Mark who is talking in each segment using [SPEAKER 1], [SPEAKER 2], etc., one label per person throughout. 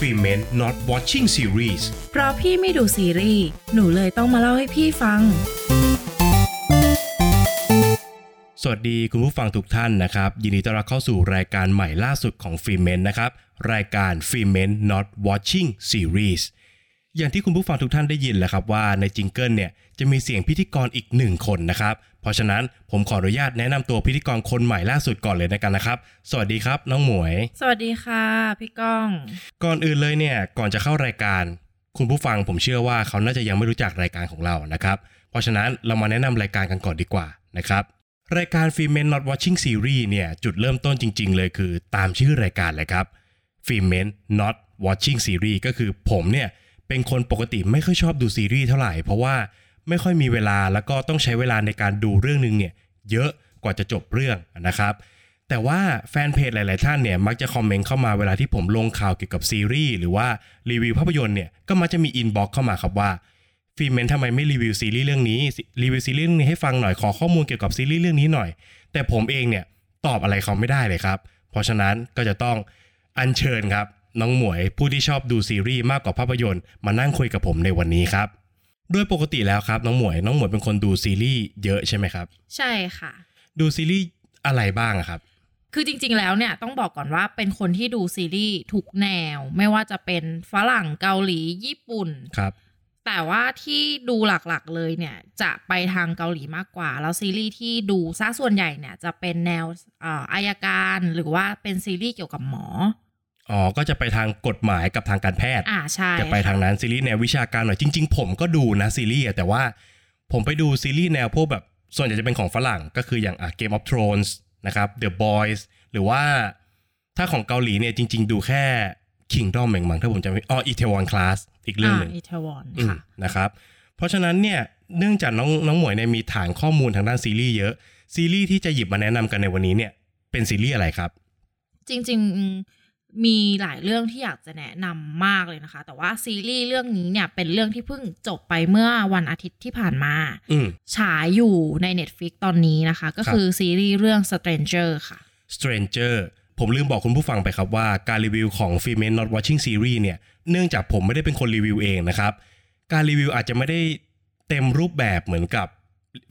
[SPEAKER 1] Female Not Watching Series
[SPEAKER 2] เพราะพี่ไม่ดูซีรีส์ หนูเลยต้องมาเล่าให้พี่ฟัง
[SPEAKER 1] สวัสดีคุณผู้ฟังทุกท่านนะครับ ยินดีต้อนรับเข้าสู่รายการใหม่ล่าสุดของ f e m e n นะครับ รายการ f e m e n Not Watching Series อย่างที่คุณผู้ฟังทุกท่านได้ยินแหละครับว่าในจิงเกิลเนี่ยจะมีเสียงพิธีกรอีกหนึ่งคนนะครับ เพราะฉะนั้นผมขออนุญาตแนะนำตัวพิธีกรคนใหม่ล่าสุดก่อนเลยนะกันนะครับ สวัสดีครับน้องหมวย
[SPEAKER 2] สวัสดีค่ะ พี่ก้อง
[SPEAKER 1] ก่อนอื่นเลยเนี่ยก่อนจะเข้ารายการ คุณผู้ฟังผมเชื่อว่าเขาน่าจะยังไม่รู้จักรายการของเรานะครับ เพราะฉะนั้นเรามาแนะนำรายการกันก่อนดีกว่านะครับ รายการ f e m e n Not Watching Series เนี่ยจุดเริ่มต้นจริง ๆ เลยคือตามชื่อรายการเลยครับ f e m e n Not Watching Series ก็คือผมเนี่ยเป็นคนปกติไม่ค่อยชอบดูซีรีส์เท่าไหร่ เพราะว่าไม่ค่อยมีเวลาแล้วก็ต้องใช้เวลาในการดูเรื่องหนึงเนี่ยเยอะกว่าจะจบเรื่องนะครับ แต่ว่าแฟนเพจหลาย ๆ ท่านเนี่ยมักจะคอมเมนต์เข้ามาเวลาที่ผมลงข่าวเกี่ยวกับซีรีส์หรือว่ารีวิวภาพยนตร์เนี่ยก็มักจะมีอินบ็อกเข้ามาครับว่าฟิเมนทำไมไม่รีวิวซีรีส์เรื่องนี้รีวิวซีรีส์เรื่องนี้ให้ฟังหน่อยขอข้อมูลเกี่ยวกับซีรีส์เรื่องนี้หน่อย แต่ผมเองเนี่ยตอบอะไรเขาไม่ได้เลยครับ เพราะฉะนั้นก็จะต้องอัญเชิญครับน้องหมวยผู้ที่ชอบดูซีรีส์มากกว่าภาพยนตร์มานั่งคุยกับผมในวันนี้ครับโดยปกติแล้วครับน้องหมวยน้องหมวยเป็นคนดูซีรีส์เยอะใช่ไหมครับ
[SPEAKER 2] ใช่ค่ะ
[SPEAKER 1] ดูซีรีส์อะไรบ้างอะครับ
[SPEAKER 2] คือจริง ๆ แล้วเนี่ยต้องบอกก่อนว่าเป็นคนที่ดูซีรีส์ทุกแนว ไม่ว่าจะเป็นฝรั่งเกาหลีญี่ปุ่น
[SPEAKER 1] ครับ
[SPEAKER 2] แต่ว่าที่ดูหลักๆเลยเนี่ยจะไปทางเกาหลีมากกว่า แล้วซีรีส์ที่ดูซะส่วนใหญ่เนี่ยจะเป็นแนวเอ่ออายการหรือว่าเป็นซีรีส์เกี่ยวกับหมอ
[SPEAKER 1] อ๋อก็จะไปทางกฎหมายกับทางการแพทย์
[SPEAKER 2] อ่าใช่
[SPEAKER 1] จะไปทางนั้นซีรีส์แนววิชาการหน่อยจริง ๆ ผมก็ดูนะซีรีส์อะแต่ว่าผมไปดูซีรีส์แนวพวกแบบส่วนใหญ่จะเป็นของฝรั่งก็คืออย่างเกมออฟทรอนส์นะครับ The Boys หรือว่าถ้าของเกาหลีเนี่ยจริง ๆ ดูแค่ Kingdom เองมั้งถ้าผมจำไม่อ๋ออีเทวอนคลาสอีกเรื่องหนึ่ง
[SPEAKER 2] อิตาวน
[SPEAKER 1] อืม
[SPEAKER 2] ค่ะ
[SPEAKER 1] นะครับ เพราะฉะนั้นเนี่ยเนื่องจากน้องน้องหมวยเนี่ยมีฐานข้อมูลทางด้านซีรีส์เยอะซีรีส์ที่จะหยิบมาแนะนำกันในวันนี้เนี่ยเป็นซีรีส์อะไรครับ
[SPEAKER 2] จริงๆมีหลายเรื่องที่อยากจะแนะนำมากเลยนะคะ แต่ว่าซีรีส์เรื่องนี้เนี่ยเป็นเรื่องที่เพิ่งจบไปเมื่อวันอาทิตย์ที่ผ่านมา
[SPEAKER 1] อืม
[SPEAKER 2] ฉายอยู่ใน Netflix ตอนนี้นะคะ ก็
[SPEAKER 1] ครับ
[SPEAKER 2] คือซีรีส์เรื่อง Stranger ค่ะ
[SPEAKER 1] Stranger ผมลืมบอกคุณผู้ฟังไปครับว่าการรีวิวของ f e m e n Not Watching Series เนี่ยเนื่องจากผมไม่ได้เป็นคนรีวิวเองนะครับ การรีวิวอาจจะไม่ได้เต็มรูปแบบเหมือนกับ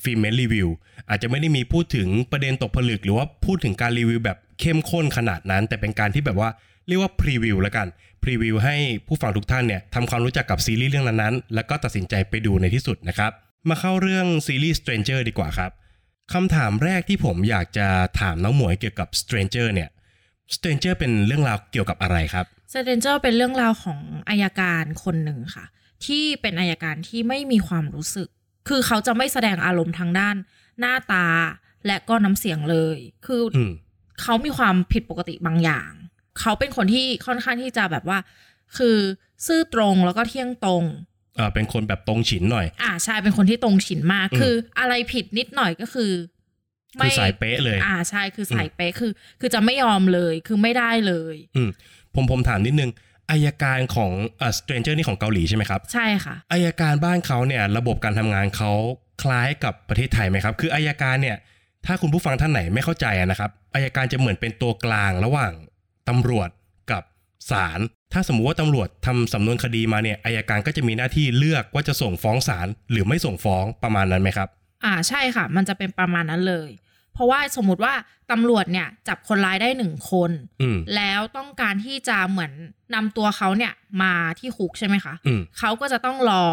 [SPEAKER 1] ฟิเมนรีวิวอาจจะไม่ได้มีพูดถึงประเด็นตกผลึก หรือว่าพูดถึงการรีวิวแบบเข้มข้นขนาดนั้น แต่เป็นการที่แบบว่าเรียกว่าพรีวิวแล้วกันพรีวิวให้ผู้ฟังทุกท่านเนี่ยทำความรู้จักกับซีรีส์เรื่องนั้นๆแล้วก็ตัดสินใจไปดูในที่สุดนะครับ มาเข้าเรื่องซีรีส์ Stranger ดีกว่าครับ คำถามแรกที่ผมอยากจะถามน้องหมวยเกี่ยวกับ Stranger เนี่ย Stranger เป็นเรื่องราวเกี่ยวกับอะไรครับ
[SPEAKER 2] Stranger เป็นเรื่องราวของอายการคนหนึ่งค่ะ ที่เป็นอายการที่ไม่มีความรู้สึก คือเขาจะไม่แสดงอารมณ์ทางด้านหน้าตาและก็น้ำเสียงเลย คืออ
[SPEAKER 1] อืม
[SPEAKER 2] เขามีความผิดปกติบางอย่าง เขาเป็นคนที่ค่อนข้างที่จะแบบว่า คือซื่อตรงแล้วก็เที่ยงตรง
[SPEAKER 1] เอ่อเป็นคนแบบตรงฉินหน่อย
[SPEAKER 2] อ่าใช่เป็นคนที่ตรงฉินมาก
[SPEAKER 1] อืม
[SPEAKER 2] คืออะไรผิดนิดหน่อยก็คือ
[SPEAKER 1] คือสายเป๊ะเลย
[SPEAKER 2] อ่าใช่คือสายเป๊ะคือ คือจะไม่ยอมเลยคือไม่ได้เลย
[SPEAKER 1] อืม ผมผมถามนิดนึงอายการของเอ่อ Stranger นี่ของเกาหลีใช่ไหมครับ
[SPEAKER 2] ใช่ค่ะ
[SPEAKER 1] อายการบ้านเขาเนี่ยระบบการทำงานเขาคล้ายกับประเทศไทยไหมครับ คืออายการเนี่ย ถ้าคุณผู้ฟังท่านไหนไม่เข้าใจอะนะครับอายการจะเหมือนเป็นตัวกลางระหว่างตำรวจกับศาลถ้าสมมุติว่าตำรวจทำสำนวนคดีมาเนี่ยอายการก็จะมีหน้าที่เลือกว่าจะส่งฟ้องศาลหรือไม่ส่งฟ้องประมาณนั้นไหมครับ
[SPEAKER 2] อ่าใช่ค่ะ มันจะเป็นประมาณนั้นเลย เพราะว่าสมมติว่าตำรวจเนี่ย จับคนร้ายได้หนึ่งคน
[SPEAKER 1] อืม
[SPEAKER 2] แล้วต้องการที่จะเหมือนนำตัวเขาเนี่ยมาที่คุกใช่ไหมคะ
[SPEAKER 1] อืม
[SPEAKER 2] เขาก็จะต้องรอ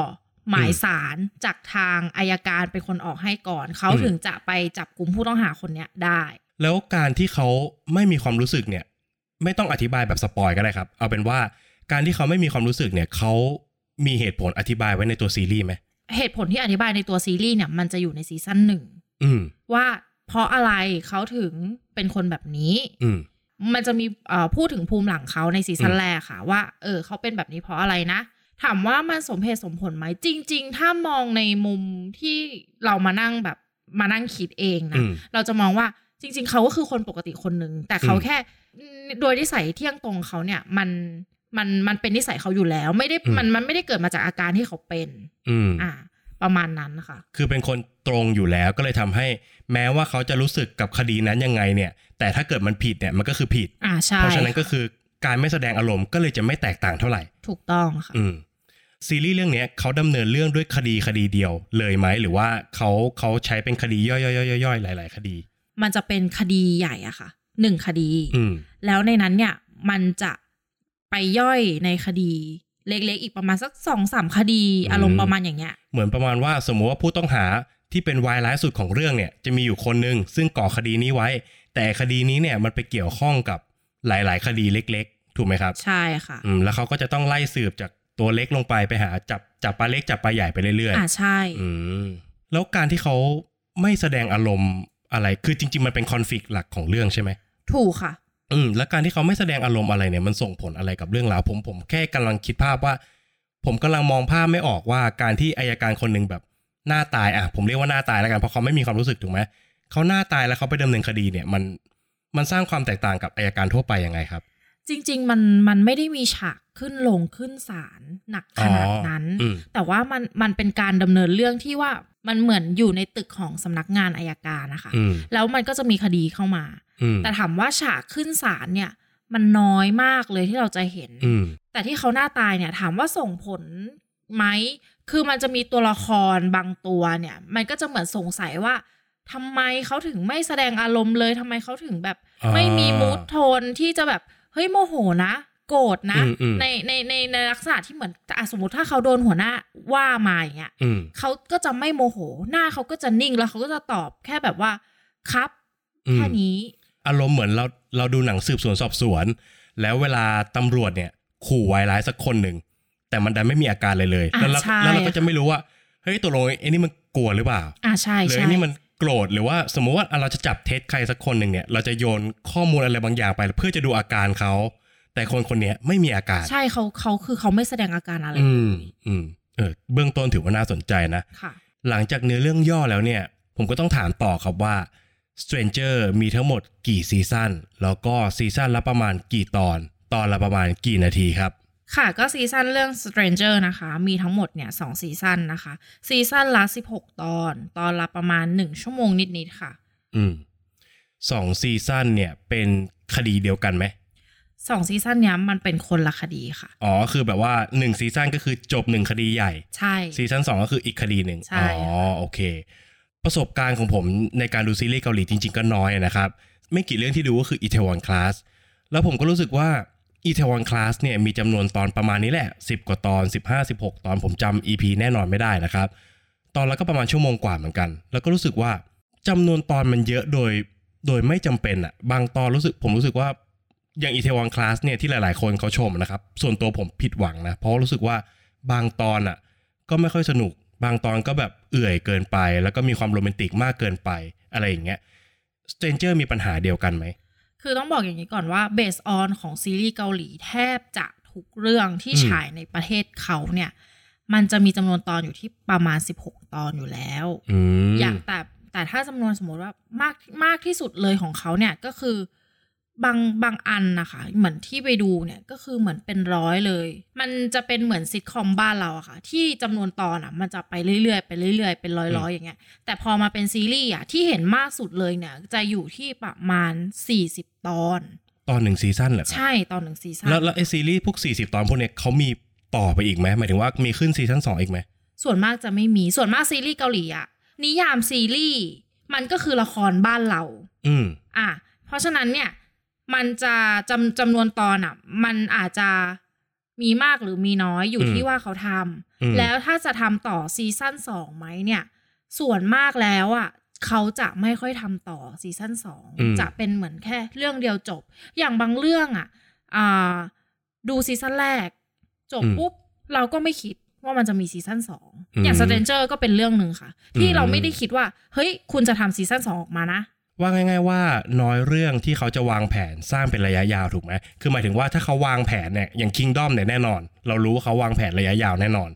[SPEAKER 2] หมาย
[SPEAKER 1] อืม
[SPEAKER 2] สารจากทางอายการเป็นคนออกให้ก่อน เขา
[SPEAKER 1] อืม
[SPEAKER 2] ถึงจะไปจับกลุ่มผู้ต้องหาคนเนี้ยได้
[SPEAKER 1] แล้วการที่เขาไม่มีความรู้สึกเนี่ย ไม่ต้องอธิบายแบบสปอยก็ได้ครับ เอาเป็นว่าการที่เขาไม่มีความรู้สึกเนี่ยเขามีเหตุผลอธิบายไว้ในตัวซีรีส์ไหม
[SPEAKER 2] เหตุผลที่อธิบายในตัวซีรีส์เนี่ยมันจะอยู่ในซีซั่นหนึ่ง
[SPEAKER 1] อืม
[SPEAKER 2] ว่าเพราะอะไรเขาถึงเป็นคนแบบนี้
[SPEAKER 1] อืม
[SPEAKER 2] มันจะมีเอ่อพูดถึงภูมิหลังเขาในซีซั่น
[SPEAKER 1] อืม
[SPEAKER 2] แรกค่ะ ว่าเออเขาเป็นแบบนี้เพราะอะไรนะ ถามว่ามันสมเหตุสมผลไหมจริง ๆ ถ้ามองในมุมที่เรามานั่งแบบมานั่งคิดเองนะ
[SPEAKER 1] อืม
[SPEAKER 2] เราจะมองว่าจริง ๆ เขาก็คือคนปกติคนหนึ่งแต่เขา
[SPEAKER 1] อืม
[SPEAKER 2] แค่โดยนิสัยเที่ยงตรงเขาเนี่ยมันมันมันเป็นนิสัยเขาอยู่แล้ว ไม่ได้
[SPEAKER 1] อืม
[SPEAKER 2] มันมันไม่ได้เกิดมาจากอาการที่เขาเป็น
[SPEAKER 1] อืม
[SPEAKER 2] อ่า ประมาณนั้นนะคะ
[SPEAKER 1] คือเป็นคนตรงอยู่แล้วก็เลยทำให้แม้ว่าเขาจะรู้สึกกับคดีนั้นยังไงเนี่ย แต่ถ้าเกิดมันผิดเนี่ยมันก็คือผิด
[SPEAKER 2] อ่าใช่
[SPEAKER 1] เพราะฉะนั้นก็คือ การไม่แสดงอารมณ์ก็เลยจะไม่แตกต่างเท่าไหร่
[SPEAKER 2] ถูกต้องค่ะ
[SPEAKER 1] อืมซีรีส์เรื่องเนี้ยเขาดำเนินเรื่องด้วยคดีคดีเดียวเลยไหม หรือว่าเขาเขาใช้เป็นคดีย่อยๆๆๆหลาย ๆ คดี
[SPEAKER 2] มันจะเป็นคดีใหญ่อะค่ะหนึ่งคดี
[SPEAKER 1] อืม
[SPEAKER 2] แล้วในนั้นเนี่ยมันจะไปย่อยในคดี เล็กๆ อีกประมาณสักสองสามคดี
[SPEAKER 1] อืม
[SPEAKER 2] อารมณ์ประมาณอย่างเงี้ย
[SPEAKER 1] เหมือนประมาณว่าสมมุติว่าผู้ต้องหาที่เป็นวายร้ายสุดของเรื่องเนี่ยจะมีอยู่คนหนึ่งซึ่งก่อคดีนี้ไว้ แต่คดีนี้เนี่ยมันไปเกี่ยวข้องกับหลาย ๆ คดีเล็ก ๆ ถูกไหมครับ
[SPEAKER 2] ใช่ค่ะ
[SPEAKER 1] อืมแล้วเขาก็จะต้องไล่สืบจากตัวเล็กลงไปไปหาจับจับปลาเล็กจับปลาใหญ่ไปเรื่อย
[SPEAKER 2] อ่าใช่
[SPEAKER 1] ๆอืมแล้วการที่เขาไม่แสดงอารมณ์อะไรคือจริง ๆ มันเป็นคอนฟ lict หลักของเรื่องใช่ไหม
[SPEAKER 2] ถูกค่ะ
[SPEAKER 1] อืมแล้วการที่เขาไม่แสดงอารมณ์อะไรเนี่ยมันส่งผลอะไรกับเรื่องราวผมผมแค่กำลังคิดภาพว่า ผมกำลังมองภาพไม่ออกว่าการที่อายการคนหนึ่งแบบหน้าตายอ่ะผมเรียกว่าหน้าตายแล้วกันเพราะเขาไม่มีความรู้สึกถูกไหมเขาหน้าตายแล้วเขาไปดำเนินคดีเนี่ยมันมันสร้างความแตกต่างกับอายการทั่วไปยังไงครับ
[SPEAKER 2] จริง ๆ มันมันไม่ได้มีฉากขึ้นลงขึ้นศาลหนักขนาดนั้น
[SPEAKER 1] อ๋ออืม
[SPEAKER 2] แต่ว่ามันมันเป็นการดำเนินเรื่องที่ว่ามันเหมือนอยู่ในตึกของสำนักงานอายการนะคะ
[SPEAKER 1] อืม
[SPEAKER 2] แล้วมันก็จะมีคดีเข้ามา
[SPEAKER 1] อืม
[SPEAKER 2] แต่ถามว่าฉากขึ้นศาลเนี่ย มันน้อยมากเลยที่เราจะเห็น
[SPEAKER 1] อืม
[SPEAKER 2] แต่ที่เขาหน้าตายเนี่ย ถามว่าส่งผลไหม คือมันจะมีตัวละครบางตัวเนี่ย มันก็จะเหมือนสงสัยว่าทำไมเขาถึงไม่แสดงอารมณ์เลยทำไมเขาถึงแบบ
[SPEAKER 1] อ่า
[SPEAKER 2] ไม่มีมูทโทนที่จะแบบ เฮ้ยโมโหนะ โกรธนะ
[SPEAKER 1] อืมอืม
[SPEAKER 2] ในในในในลักษณะที่เหมือนอ่ะสมมติถ้าเขาโดนหัวหน้าว่ามาอย่างเงี้ย
[SPEAKER 1] อืม
[SPEAKER 2] เขาก็จะไม่โมโห หน้าเขาก็จะนิ่งแล้วเขาก็จะตอบแค่แบบว่า ครับ
[SPEAKER 1] อืม
[SPEAKER 2] แค่นี้
[SPEAKER 1] อารมณ์เหมือนเราเราดูหนังสืบสวนสอบสวน แล้วเวลาตำรวจเนี่ย ขู่วายร้ายสักคนหนึ่งแต่มันดันไม่มีอาการเลยเลย
[SPEAKER 2] อ่ะ
[SPEAKER 1] แล้วเรา
[SPEAKER 2] ใช่
[SPEAKER 1] แล้วเราก็จะไม่รู้ว่าเฮ้ยตกลงไอ้นี่มันกลัวหรือเปล่า
[SPEAKER 2] อ่าใช่
[SPEAKER 1] หรือ
[SPEAKER 2] ใช่
[SPEAKER 1] ไอ้นี่มันโกรธหรือว่าสมมุติว่าเราจะจับเท็จใครสักคนหนึ่งเนี่ย เราจะโยนข้อมูลอะไรบางอย่างไป เพื่อจะดูอาการเขา แต่คนคนเนี้ยไม่มีอาการ
[SPEAKER 2] ใช่เขาเขาคือเขาไม่แสดงอาการอะไร
[SPEAKER 1] อืมอืมเออเบื้องต้นถือว่าน่าสนใจนะ
[SPEAKER 2] ค่ะ
[SPEAKER 1] หลังจากเนื้อเรื่องย่อแล้วเนี่ย ผมก็ต้องถามต่อครับว่า Stranger มีทั้งหมดกี่ซีซั่นแล้วก็ซีซั่นละประมาณกี่ตอน ตอนละประมาณกี่นาทีครับ
[SPEAKER 2] ค่ะก็ซีซั่นเรื่อง Stranger นะคะ มีทั้งหมดเนี่ยสองซีซั่นนะคะซีซั่นละ 16 ตอน ตอนละประมาณ 1 ชั่วโมงนิดๆค่ะ
[SPEAKER 1] อืมสองซีซั่นเนี่ยเป็นคดีเดียวกันไหม
[SPEAKER 2] สองซีซั่นเนี้ยมันเป็นคนละคดีค่ะ
[SPEAKER 1] อ๋อ คือแบบว่าหนึ่งซีซั่นก็คือจบหนึ่งคดีใหญ่
[SPEAKER 2] ใช่
[SPEAKER 1] ซีซั่นสองก็คืออีกคดีหนึ่ง
[SPEAKER 2] ใช่
[SPEAKER 1] อ๋อ
[SPEAKER 2] ค่ะ
[SPEAKER 1] โอเค ประสบการณ์ของผมในการดูซีรีส์เกาหลีจริง ๆ ก็น้อยนะครับ ไม่กี่เรื่องที่ดูก็คือ Itaewon Class แล้วผมก็รู้สึกว่า Itaewon Class เนี่ยมีจำนวนตอนประมาณนี้แหละ 10 กว่าตอน 15 16 ตอนผมจำ EP แน่นอนไม่ได้นะครับ ตอนละก็ประมาณชั่วโมงกว่าเหมือนกัน แล้วก็รู้สึกว่าจำนวนตอนมันเยอะโดย โดยไม่จำเป็นอะบางตอนรู้สึกผมรู้สึกว่าอย่างอีเทวอนคลาสเนี่ยที่หลาย ๆ คนเขาชมนะครับ ส่วนตัวผมผิดหวังนะ เพราะรู้สึกว่าบางตอนอะก็ไม่ค่อยสนุก บางตอนก็แบบเอื่อยเกินไป แล้วก็มีความโรแมนติกมากเกินไปอะไรอย่างเงี้ยสเตนเจอร์มีปัญหาเดียวกันไหม
[SPEAKER 2] คือต้องบอกอย่างนี้ก่อนว่าเบสออนของซีรีส์เกาหลีแทบจะทุกเรื่องที่
[SPEAKER 1] อืม
[SPEAKER 2] ฉายในประเทศเขาเนี่ย มันจะมีจำนวนตอนอยู่ที่ประมาณ 16 ตอนอยู่แล้ว
[SPEAKER 1] อืม
[SPEAKER 2] อย่างแต่แต่ถ้าจำนวนสมมติว่ามากมากที่สุดเลยของเขาเนี่ยก็คือบางบางอันนะคะ เหมือนที่ไปดูเนี่ยก็คือเหมือนเป็นร้อยเลย มันจะเป็นเหมือนซิทคอมบ้านเราอะค่ะ ที่จำนวนตอนอะมันจะไปเรื่อยๆไปเรื่อยๆเป็นร้อยๆอย่างเงี้ยแต่พอมาเป็นซีรีส์อะที่เห็นมากสุดเลยเนี่ย จะอยู่ที่ประมาณ 40 ตอน
[SPEAKER 1] ตอนหนึ่งซีซั่นเหรอครับ
[SPEAKER 2] ใช่ตอนหนึ่งซีซั่
[SPEAKER 1] แล้ว
[SPEAKER 2] น
[SPEAKER 1] แล้วไอซีรีส์พวก 40 ตอนพวกเนี้ยเขามีต่อไปอีกไหมหมายถึงว่ามีขึ้นซีซั่นสองอีกไหม
[SPEAKER 2] ส่วนมากจะไม่มีส่วนมากซีรีส์เกาหลีอะนิยามซีรีส์มันก็คือละครบ้านเรา
[SPEAKER 1] อืม
[SPEAKER 2] อ่ะเพราะฉะนั้นเนี่ย มันจะจำจำนวนตอนอ่ะ มันอาจจะมีมากหรือมีน้อยอยู่
[SPEAKER 1] อืม
[SPEAKER 2] ที่ว่าเขาท
[SPEAKER 1] อืม
[SPEAKER 2] ำแล้วถ้าจะทำต่อซีซั่นสองไหมเนี่ย ส่วนมากแล้วอ่ะเขาจะไม่ค่อยทำต่อซีซั่นสอง
[SPEAKER 1] อืม
[SPEAKER 2] จะเป็นเหมือนแค่เรื่องเดียวจบ อย่างบางเรื่องอ่ะอ่าดูซีซั่นแรก จบ
[SPEAKER 1] อืม
[SPEAKER 2] ปุ๊บ เราก็ไม่คิดว่ามันจะมีซีซั่นสอง
[SPEAKER 1] อืม
[SPEAKER 2] อย่างสเตนเจอร์ก็เป็นเรื่องหนึ่งค่ะ ที่เรา
[SPEAKER 1] อืม
[SPEAKER 2] ไม่ได้คิดว่า เฮ้ย คุณจะทำซีซั่นสองออกมานะ
[SPEAKER 1] ว่าง่าย ๆ ว่าน้อยเรื่องที่เขาจะวางแผนสร้างเป็นระยะยาวถูกไหม คือหมายถึงว่าถ้าเขาวางแผนเนี่ยอย่าง Kingdom เนี่ยแน่นอน เรารู้ว่าเขาวางแผนระยะยาวแน่นอน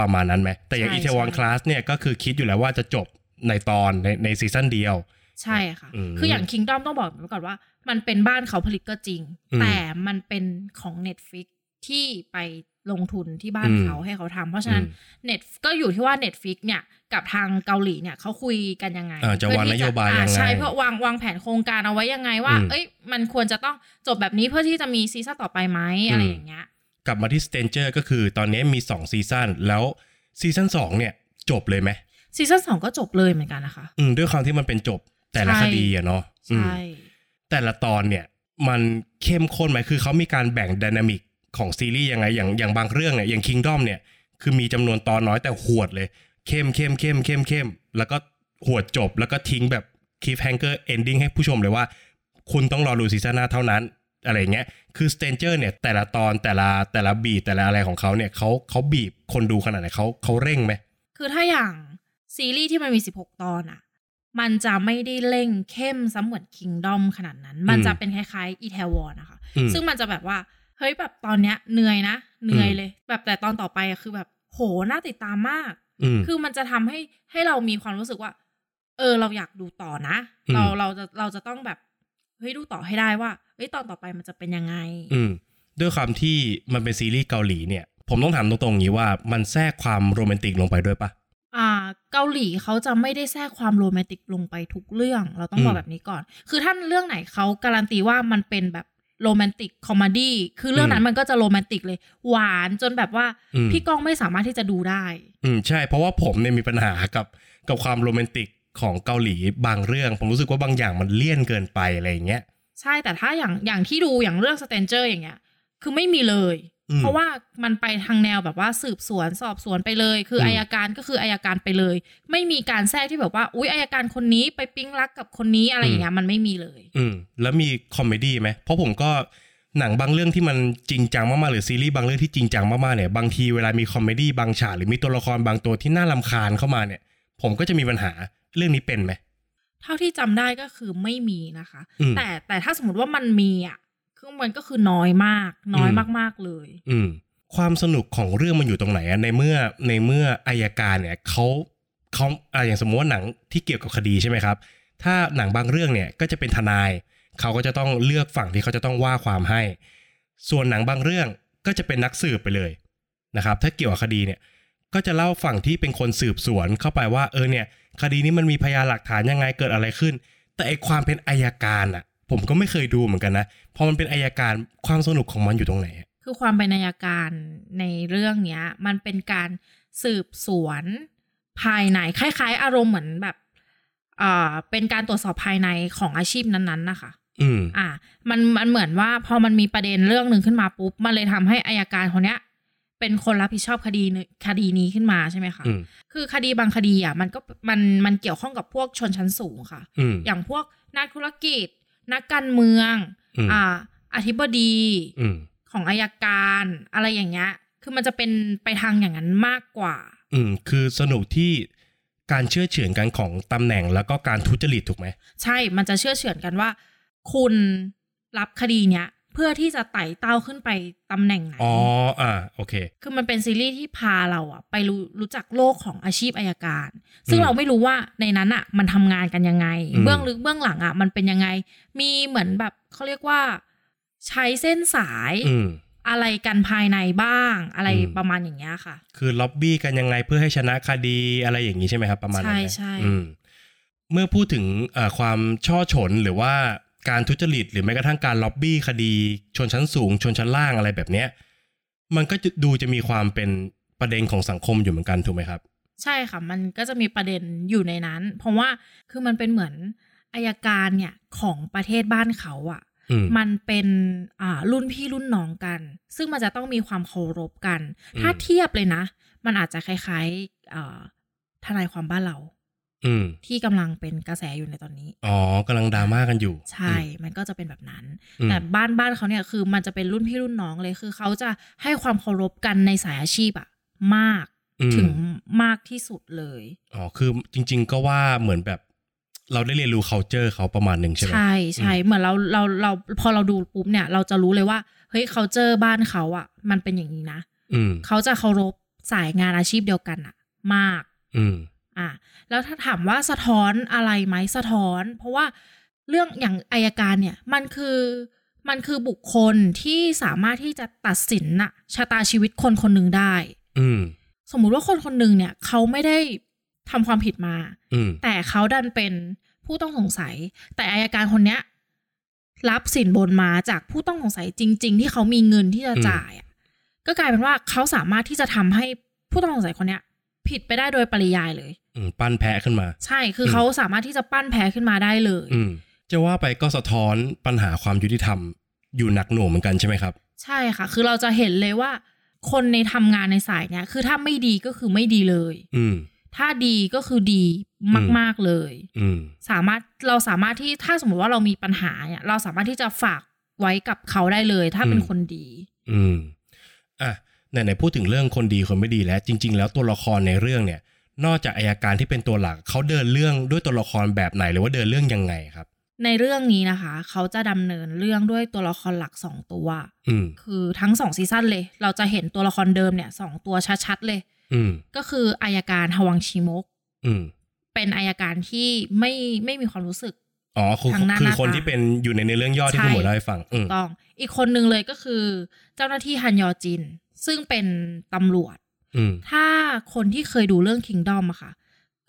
[SPEAKER 1] ประมาณนั้นไหม แต่อย่าง
[SPEAKER 2] ใช่
[SPEAKER 1] อีเทวอน
[SPEAKER 2] ใช่
[SPEAKER 1] คลาสเนี่ยก็คือคิดอยู่แล้วว่าจะจบในตอนในในซีซั่นเดียว
[SPEAKER 2] ใช่ค่ะ
[SPEAKER 1] อืม
[SPEAKER 2] คืออย่าง Kingdom ต้องบอกไว้ก่อนว่า มันเป็นบ้านเขาผลิตก็จริง
[SPEAKER 1] อืม
[SPEAKER 2] แต่มันเป็นของ Netflix ที่ไป ลงทุนที่บ้าน
[SPEAKER 1] อืม
[SPEAKER 2] เขาให้เขาทำเพราะฉะนั้น
[SPEAKER 1] อืม
[SPEAKER 2] เน็ตก็อยู่ที่ว่า Netflix เนี่ยกับทางเกาหลีเนี่ยเขาคุยกันยังไง
[SPEAKER 1] อ่าจะวาง
[SPEAKER 2] เพื่อที่
[SPEAKER 1] นโยบาย
[SPEAKER 2] อ่
[SPEAKER 1] ยังไง
[SPEAKER 2] ใช่เพื่อวางวางแผนโครงการเอาไว้ยังไงว่า
[SPEAKER 1] อืม
[SPEAKER 2] เอ้ยมันควรจะต้องจบแบบนี้เพื่อที่จะมีซีซั่นต่อไปไหมอะไร
[SPEAKER 1] อืม
[SPEAKER 2] อย่างเงี้ย
[SPEAKER 1] กลับมาที่สเตนเจอร์ก็คือตอนนี้มี 2 ซีซั่นแล้วซีซั่น2เนี่ยจบเลยไหม
[SPEAKER 2] ซีซั่นสองก็จบเลยเหมือนกันนะคะ
[SPEAKER 1] อืมด้วยความที่มันเป็นจบแต่ละ
[SPEAKER 2] ใช่
[SPEAKER 1] คดีอะเนาะอืม
[SPEAKER 2] ใช่
[SPEAKER 1] แต่ละตอนเนี่ยมันเข้มข้นไหมคือเขามีการแบ่งดินามิกของซีรีส์ยังไงอย่างอย่างบางเรื่องเนี่ยอย่างคิงดอมเนี่ยคือมีจำนวนตอนน้อยแต่หวดเลย เข้มเข้มเข้มเข้มเข้มแล้วก็หวดจบแล้วก็ทิ้งแบบคีฟแฮงเกอร์เอนดิ้งให้ผู้ชมเลยว่า คุณต้องรอดูซีซั่นหน้าเท่านั้น อะไรอย่างเงี้ย คือสเตนเจอร์เนี่ยแต่ละตอนแต่ละแต่ละบีทแต่ละอะไรของเขาเนี่ยเขาเขาบีบคนดูขนาดไหนเขาเขาเร่งไหม
[SPEAKER 2] คือถ้าอย่างซีรีส์ที่มันมี 16 ตอนอะมันจะไม่ได้เร่งเข้มซ้ำเหมือน Kingdom ขนาดนั้น มัน
[SPEAKER 1] อืม
[SPEAKER 2] จะเป็นคล้ายๆ อีเทวอนนะคะ
[SPEAKER 1] อืม
[SPEAKER 2] ซึ่งมันจะแบบว่า เฮ้ยแบบตอนเนี้ยเหนื่อยนะ เหนื่อย
[SPEAKER 1] อืม
[SPEAKER 2] เลย แบบแต่ตอนต่อไปอะคือแบบโหน่าติดตามมาก
[SPEAKER 1] อืม
[SPEAKER 2] คือมันจะทำให้ให้เรามีความรู้สึกว่า เออเราอยากดูต่อนะ
[SPEAKER 1] อืม
[SPEAKER 2] เราเราจะเราจะต้องแบบเฮ้ยดูต่อให้ได้ว่าเฮ้ยตอนต่อไปมันจะเป็นยังไง
[SPEAKER 1] อืมด้วยความที่มันเป็นซีรีส์เกาหลีเนี่ย ผมต้องถามตรงๆอย่างนี้ว่ามันแทรกความโรแมนติกลงไปด้วยปะ
[SPEAKER 2] อ่าเกาหลีเขาจะไม่ได้แทรกความโรแมนติกลงไปทุกเรื่อง เราต้องบอ
[SPEAKER 1] อื
[SPEAKER 2] ก
[SPEAKER 1] ม
[SPEAKER 2] แบบนี้ก่อน คือถ้าเรื่องไหนเขาการันตีว่ามันเป็นแบบโรแมนติกคอมดี้คือเรื่องนั้
[SPEAKER 1] อื
[SPEAKER 2] น
[SPEAKER 1] ม
[SPEAKER 2] มันก็จะโรแมนติกเลย หวานจนแบบว่า
[SPEAKER 1] อืม
[SPEAKER 2] พี่ก้องไม่สามารถที่จะดูได้
[SPEAKER 1] อืมใช่เพราะว่าผมเนี่ยมีปัญหากับกับความโรแมนติกของเกาหลีบางเรื่อง ผมรู้สึกว่าบางอย่างมันเลี่ยนเกินไปอะไรอย่างเงี้ย
[SPEAKER 2] ใช่แต่ถ้าอย่างอย่างที่ดูอย่างเรื่องสเตนเจอร์อย่างเงี้ย คือไม่มีเลย
[SPEAKER 1] อืม
[SPEAKER 2] เพราะว่ามันไปทางแนวแบบว่าสืบสวนสอบสวนไปเลย คือ
[SPEAKER 1] ม
[SPEAKER 2] อายการก็คืออายการไปเลย ไม่มีการแทรกที่แบบว่า อุ๊ยอายการคนนี้ไปปิ๊งรักกับคนนี้อะไรอย่างเงี้ยมันไม่มีเลย
[SPEAKER 1] อืมแล้วมีคอมเมดี้ไหมเพราะผมก็หนังบางเรื่องที่มันจริงจังมากๆหรือซีรีส์บางเรื่องที่จริงจังมากๆเนี่ยบางทีเวลามีคอมเมดี้บางฉากหรือมีตัวละครบางตัวที่น่าลำคาญเข้ามาเนี่ย ผมก็จะมีปัญหาเรื่องนี้เป็นไหม
[SPEAKER 2] เท่าที่จำได้ก็คือไม่มีนะคะ
[SPEAKER 1] อืม
[SPEAKER 2] แต่แต่ถ้าสมมติว่ามันมีอ่ะคือมันก็คือน้อยมาก น้อยมากๆเลย
[SPEAKER 1] อืม ความสนุกของเรื่องมันอยู่ตรงไหนอะในเมื่อในเมื่ออายการเนี่ยเขาเขาอ่ะอย่างสมมติว่าหนังที่เกี่ยวกับคดีใช่ไหมครับ ถ้าหนังบางเรื่องเนี่ยก็จะเป็นทนาย เขาก็จะต้องเลือกฝั่งที่เขาจะต้องว่าความให้ ส่วนหนังบางเรื่องก็จะเป็นนักสืบไปเลยนะครับ ถ้าเกี่ยวกับคดีเนี่ย ก็จะเล่าฝั่งที่เป็นคนสืบสวนเข้าไปว่าเออเนี่ย คดีนี้มันมีพยานหลักฐานยังไงเกิดอะไรขึ้น แต่ไอความเป็นอายการอะผมก็ไม่เคยดูเหมือนกันนะพอมันเป็นอายการความสนุกของมันอยู่ตรงไหนอะ
[SPEAKER 2] คือความเป็นนายการในเรื่องเนี้ย มันเป็นการสืบสวนภายในคล้ายๆ อารมณ์เหมือนแบบอ่าเป็นการตรวจสอบภายในของอาชีพนั้นๆนะคะ
[SPEAKER 1] อืม
[SPEAKER 2] อ่ะมันมันเหมือนว่าพอมันมีประเด็นเรื่องหนึ่งขึ้นมาปุ๊บมันเลยทำให้อายการคนเนี้ย เป็นคนรับผิดชอบคดีหนึ่งคดีนี้ขึ้นมาใช่ไหมคะ
[SPEAKER 1] อืม
[SPEAKER 2] คือคดีบางคดีอ่ะมันก็มันมันเกี่ยวข้องกับพวกชนชั้นสูงค่ะ
[SPEAKER 1] อืม
[SPEAKER 2] อย่างพวกนักธุรกิจ นักการเมือง
[SPEAKER 1] อืม
[SPEAKER 2] อธิบดี
[SPEAKER 1] อืม
[SPEAKER 2] ของอายการอะไรอย่างเงี้ยคือมันจะเป็นไปทางอย่างนั้นมากกว่า
[SPEAKER 1] อืม คือสนุกที่การเชื่อเฉือนกันของตำแหน่งแล้วก็การทุจริตถูกไหม
[SPEAKER 2] ใช่มันจะเชื่อเฉือนกันว่า คุณรับคดีเนี้ยเพื่อที่จะไต่เต้าขึ้นไปตำแหน่งไหน
[SPEAKER 1] อ๋อ อ่า โอเค
[SPEAKER 2] คือมันเป็นซีรีส์ที่พาเราอะไปรู้รู้จักโลกของอาชีพอายการ ซึ่ง
[SPEAKER 1] อืม
[SPEAKER 2] เราไม่รู้ว่าในนั้นอะมันทำงานกันยังไง
[SPEAKER 1] อืม
[SPEAKER 2] เบื้องลึกเบื้องหลังอะมันเป็นยังไง มีเหมือนแบบเขาเรียกว่า ใช้เส้นสาย
[SPEAKER 1] อืม
[SPEAKER 2] อะไรกันภายในบ้าง อะไร
[SPEAKER 1] อืม
[SPEAKER 2] ประมาณอย่างเงี้ยค่ะ
[SPEAKER 1] คือล็อบบี้กันยังไงเพื่อให้ชนะคดีอะไรอย่างนี้ใช่ไหมครับ ประมาณนั้นไหม
[SPEAKER 2] ใช่ใช่
[SPEAKER 1] อืม เมื่อพูดถึงเอ่อความช่อฉนหรือว่าการทุจริต หรือแม้กระทั่งการล็อบบี้คดี ชนชั้นสูง ชนชั้นล่างอะไรแบบเนี้ย มันก็จะดูจะมีความเป็นประเด็นของสังคมอยู่เหมือนกันถูกไหมครับ
[SPEAKER 2] ใช่ค่ะ มันก็จะมีประเด็นอยู่ในนั้น เพราะว่าคือมันเป็นเหมือนอายการเนี่ยของประเทศบ้านเขาอะ
[SPEAKER 1] อืม
[SPEAKER 2] มันเป็นอ่ารุ่นพี่รุ่นน้องกัน ซึ่งมันจะต้องมีความเคารพกัน
[SPEAKER 1] อืม
[SPEAKER 2] ถ้าเทียบเลยนะ มันอาจจะคล้ายๆอ่าทนายความบ้านเรา
[SPEAKER 1] อืม
[SPEAKER 2] ที่กำลังเป็นกระแสอยู่ในตอนนี้
[SPEAKER 1] อ๋อกำลังดราม่ากันอยู่
[SPEAKER 2] ใช่ มันก็จะเป็นแบบนั้น
[SPEAKER 1] อืม
[SPEAKER 2] แต่บ้านบ้านเขาเนี่ยคือมันจะเป็นรุ่นพี่รุ่นน้องเลยคือเขาจะให้ความเคารพกันในสายอาชีพอะมาก
[SPEAKER 1] อืม
[SPEAKER 2] ถึงมากที่สุดเลย
[SPEAKER 1] อ๋อ คือจริง ๆ ก็ว่าเหมือนแบบ เราได้เรียนรู้ culture เขาประมาณหนึ่งใช่ไหม
[SPEAKER 2] ใช่ใช่เหมือนเราเราเราพอเราดูปุ๊บเนี่ย เราจะรู้เลยว่าเฮ้ยเขาเจอบ้านเขาอะมันเป็นอย่างนี้นะ
[SPEAKER 1] อืม
[SPEAKER 2] เขาจะเคารพสายงานอาชีพเดียวกันอะมาก
[SPEAKER 1] อืม
[SPEAKER 2] อ่ะแล้วถ้าถามว่าสะท้อนอะไรไหมสะท้อน เพราะว่าเรื่องอย่างอายการเนี่ย มันคือ มันคือบุคคลที่สามารถที่จะตัดสินน่ะชะตาชีวิตคนคนหนึ่งได้
[SPEAKER 1] อืม
[SPEAKER 2] สมมุติว่าคนคนหนึ่งเนี่ยเขาไม่ได้ทำความผิดมา
[SPEAKER 1] อืม
[SPEAKER 2] แต่เขาดันเป็นผู้ต้องสงสัย แต่อายการคนเนี้ยรับสินบนมาจากผู้ต้องสงสัยจริง ๆ ที่เขามีเงินที่จะ
[SPEAKER 1] อืม
[SPEAKER 2] จ่ายอะก็กลายเป็นว่าเขาสามารถที่จะทำให้ผู้ต้องสงสัยคนเนี้ย ผิดไปได้โดยปริยายเลย
[SPEAKER 1] อืมปั้นแพะขึ้นมา
[SPEAKER 2] ใช่คืออ
[SPEAKER 1] ม
[SPEAKER 2] เขาสามารถที่จะปั้นแพ้ขึ้นมาได้เลย
[SPEAKER 1] อืม จะว่าไปก็สะท้อนปัญหาความยุติธรรม อยู่หนักหน่วงเหมือนกันใช่ไหมครับ
[SPEAKER 2] ใช่ค่ะ คือเราจะเห็นเลยว่า คนในทำงานในสายเนี้ย คือถ้าไม่ดีก็คือไม่ดีเลย
[SPEAKER 1] อืม
[SPEAKER 2] ถ้าดีก็คือดีมากๆเลย
[SPEAKER 1] อืม
[SPEAKER 2] สามารถเราสามารถที่ถ้าสมมติว่าเรามีปัญหาเนี่ยเราสามารถที่จะฝากไว้กับเขาได้เลย ถ้าเป็น
[SPEAKER 1] อืม
[SPEAKER 2] คนดี
[SPEAKER 1] อืม อ่ะ ไหนๆพูดถึงเรื่องคนดีคนไม่ดีแล้ว จริง ๆ แล้วตัวละครในเรื่องเนี่ย นอกจากอายการที่เป็นตัวหลักเขาเดินเรื่องด้วยตัวละครแบบไหนหรือว่าเดินเรื่องยังไงครับ
[SPEAKER 2] ในเรื่องนี้นะคะ เขาจะดำเนินเรื่องด้วยตัวละครหลักสองตัว
[SPEAKER 1] อืม
[SPEAKER 2] คือทั้งสองซีซั่นเลย เราจะเห็นตัวละครเดิมเนี่ยสองตัวชัดๆเลย
[SPEAKER 1] อืม
[SPEAKER 2] ก็คืออายการฮวังชิมก
[SPEAKER 1] อืม
[SPEAKER 2] เป็นอายการที่ไม่ไม่มีความรู้สึก
[SPEAKER 1] อ๋อคือ
[SPEAKER 2] ทางหน้า
[SPEAKER 1] คือ
[SPEAKER 2] หน้า
[SPEAKER 1] คน
[SPEAKER 2] ตา
[SPEAKER 1] ที่เป็นอยู่ในเนื้อเรื่องย่อที่
[SPEAKER 2] ใช่
[SPEAKER 1] คุณหมวยเล่าให้ฟัง อืม
[SPEAKER 2] ต้องอีกคนหนึ่งเลยก็คือ เจ้าหน้าที่ฮันยอจิน ซึ่งเป็นตำรวจ
[SPEAKER 1] อืม
[SPEAKER 2] ถ้าคนที่เคยดูเรื่อง Kingdom อะค่ะ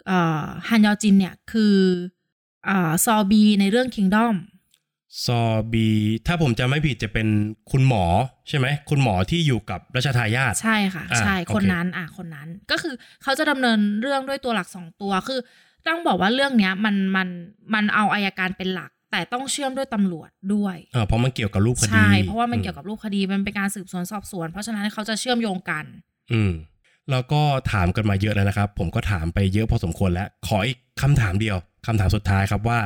[SPEAKER 2] เอ่อฮันยอจินเนี่ยคือเอ่อซอบีในเรื่อง Kingdom
[SPEAKER 1] ซอบี ถ้าผมจำไม่ผิดจะเป็นคุณหมอใช่ไหม คุณหมอที่อยู่กับรัชทายาท
[SPEAKER 2] ใช่ค่ะ
[SPEAKER 1] อ่า
[SPEAKER 2] ใช่
[SPEAKER 1] โอเค
[SPEAKER 2] คนนั้นอ่ะคนนั้น ก็คือเขาจะดำเนินเรื่องด้วยตัวหลักสองตัว คือต้องบอกว่าเรื่องเนี้ยมันมันมันเอาอายการเป็นหลัก แต่ต้องเชื่อมด้วยตำรวจด้วย
[SPEAKER 1] เออเพราะมันเกี่ยวกับรูปคดี
[SPEAKER 2] ใช่ เพราะว่ามันเกี่ยวกับรูปคดีมันเป็นการสืบสวนสอบสวน เพราะฉะนั้นเขาจะเชื่อมโยงกัน
[SPEAKER 1] อืม แล้วก็ถามกันมาเยอะแล้วนะครับ ผมก็ถามไปเยอะพอสมควรแล้ว ขออีกคำถามเดียวคำถามสุดท้ายครับว่า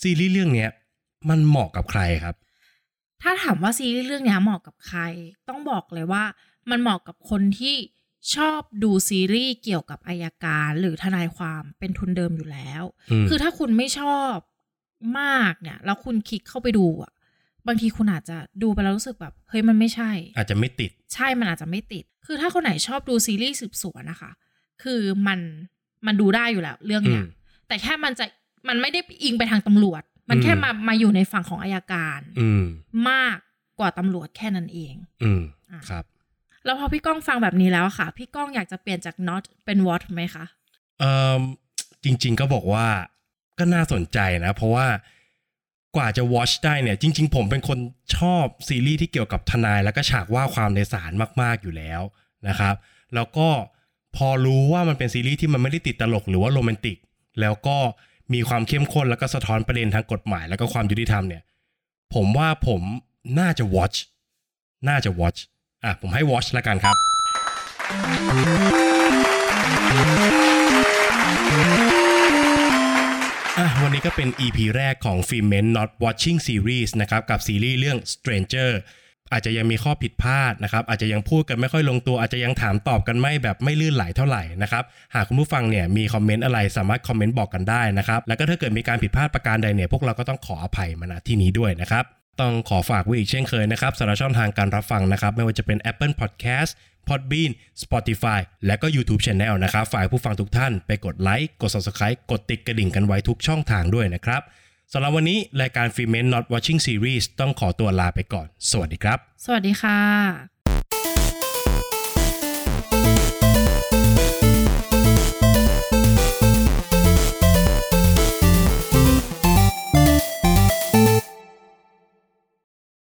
[SPEAKER 1] ซีรีส์เรื่องเนี้ย มันเหมาะกับใครครับ
[SPEAKER 2] ถ้าถามว่าซีรีส์เรื่องเนี้ยเหมาะกับใคร ต้องบอกเลยว่ามันเหมาะกับคนที่ชอบดูซีรีส์เกี่ยวกับอายการหรือทนายความเป็นทุนเดิมอยู่แล้ว
[SPEAKER 1] อืม
[SPEAKER 2] คือถ้าคุณไม่ชอบมากเนี่ย แล้วคุณคลิกเข้าไปดูอ่ะ บางทีคุณอาจจะดูไปแล้วรู้สึกแบบ เฮ้ยมันไม่ใช่
[SPEAKER 1] อาจจะไม่ติด
[SPEAKER 2] ใช่มันอาจจะไม่ติด คือถ้าคนไหนชอบดูซีรีส์สืบสวนนะคะ คือมันมันดูได้อยู่แล้วเรื่องเนี้ย
[SPEAKER 1] อืม
[SPEAKER 2] แต่แค่มันจะมันไม่ได้อิงไปทางตำรวจ มันแค่
[SPEAKER 1] อืม
[SPEAKER 2] มามาอยู่ในฝั่งของอายการ
[SPEAKER 1] อืม
[SPEAKER 2] มากกว่าตำรวจแค่นั้นเอง
[SPEAKER 1] อืม
[SPEAKER 2] อ่ะ
[SPEAKER 1] ครับ
[SPEAKER 2] แล้วพอพี่ก้องฟังแบบนี้แล้วอะค่ะ พี่ก้องอยากจะเปลี่ยนจาก not เป็น what ไหมคะ
[SPEAKER 1] เออจริง ๆ ก็บอกว่าก็น่าสนใจนะ เพราะว่ากว่าจะ watch ได้เนี่ย จริง ๆ ผมเป็นคนชอบซีรีส์ที่เกี่ยวกับทนาย แล้วก็ฉากว่าความในศาลมาก ๆ อยู่แล้วนะครับ แล้วก็พอรู้ว่ามันเป็นซีรีส์ที่มันไม่ได้ติดตลกหรือว่าโรแมนติก แล้วก็มีความเข้มข้นแล้วก็สะท้อนประเด็นทางกฎหมาย แล้วก็ความยุติธรรมเนี่ย ผมว่าผมน่าจะ watch น่าจะ watch อ่ะผมให้ watch ละกันครับ อ่ะวันนี้ก็เป็น EP แรกของ f i m e n Not Watching Series นะครับ กับซีรีส์เรื่อง Stranger อาจจะยังมีข้อผิดพลาดนะครับ อาจจะยังพูดกันไม่ค่อยลงตัว อาจจะยังถามตอบกันไม่แบบไม่ลื่นไหลเท่าไหร่นะครับ หากคุณผู้ฟังเนี่ยมีคอมเมนต์อะไรสามารถคอมเมนต์บอกกันได้นะครับ แล้วก็ถ้าเกิดมีการผิดพลาดประการใดเนี่ยพวกเราก็ต้องขออภัยมาณที่นี้ด้วยนะครับ ต้องขอฝากไว้อีกเช่นเคยนะครับสำหรับช่องทางการรับฟังนะครับ ไม่ว่าจะเป็น Apple Podcast Podbean Spotify และก็ YouTube Channel นะครับฝากให้ผู้ฟังทุกท่านไปกดไลค์กด Subscribe กดติดกระดิ่งกันไว้ทุกช่องทางด้วยนะครับสำหรับวันนี้รายการ f i m e n Not Watching Series ต้องขอตัวลาไปก่อน สวัสดีครับ
[SPEAKER 2] สวัสดีค่ะ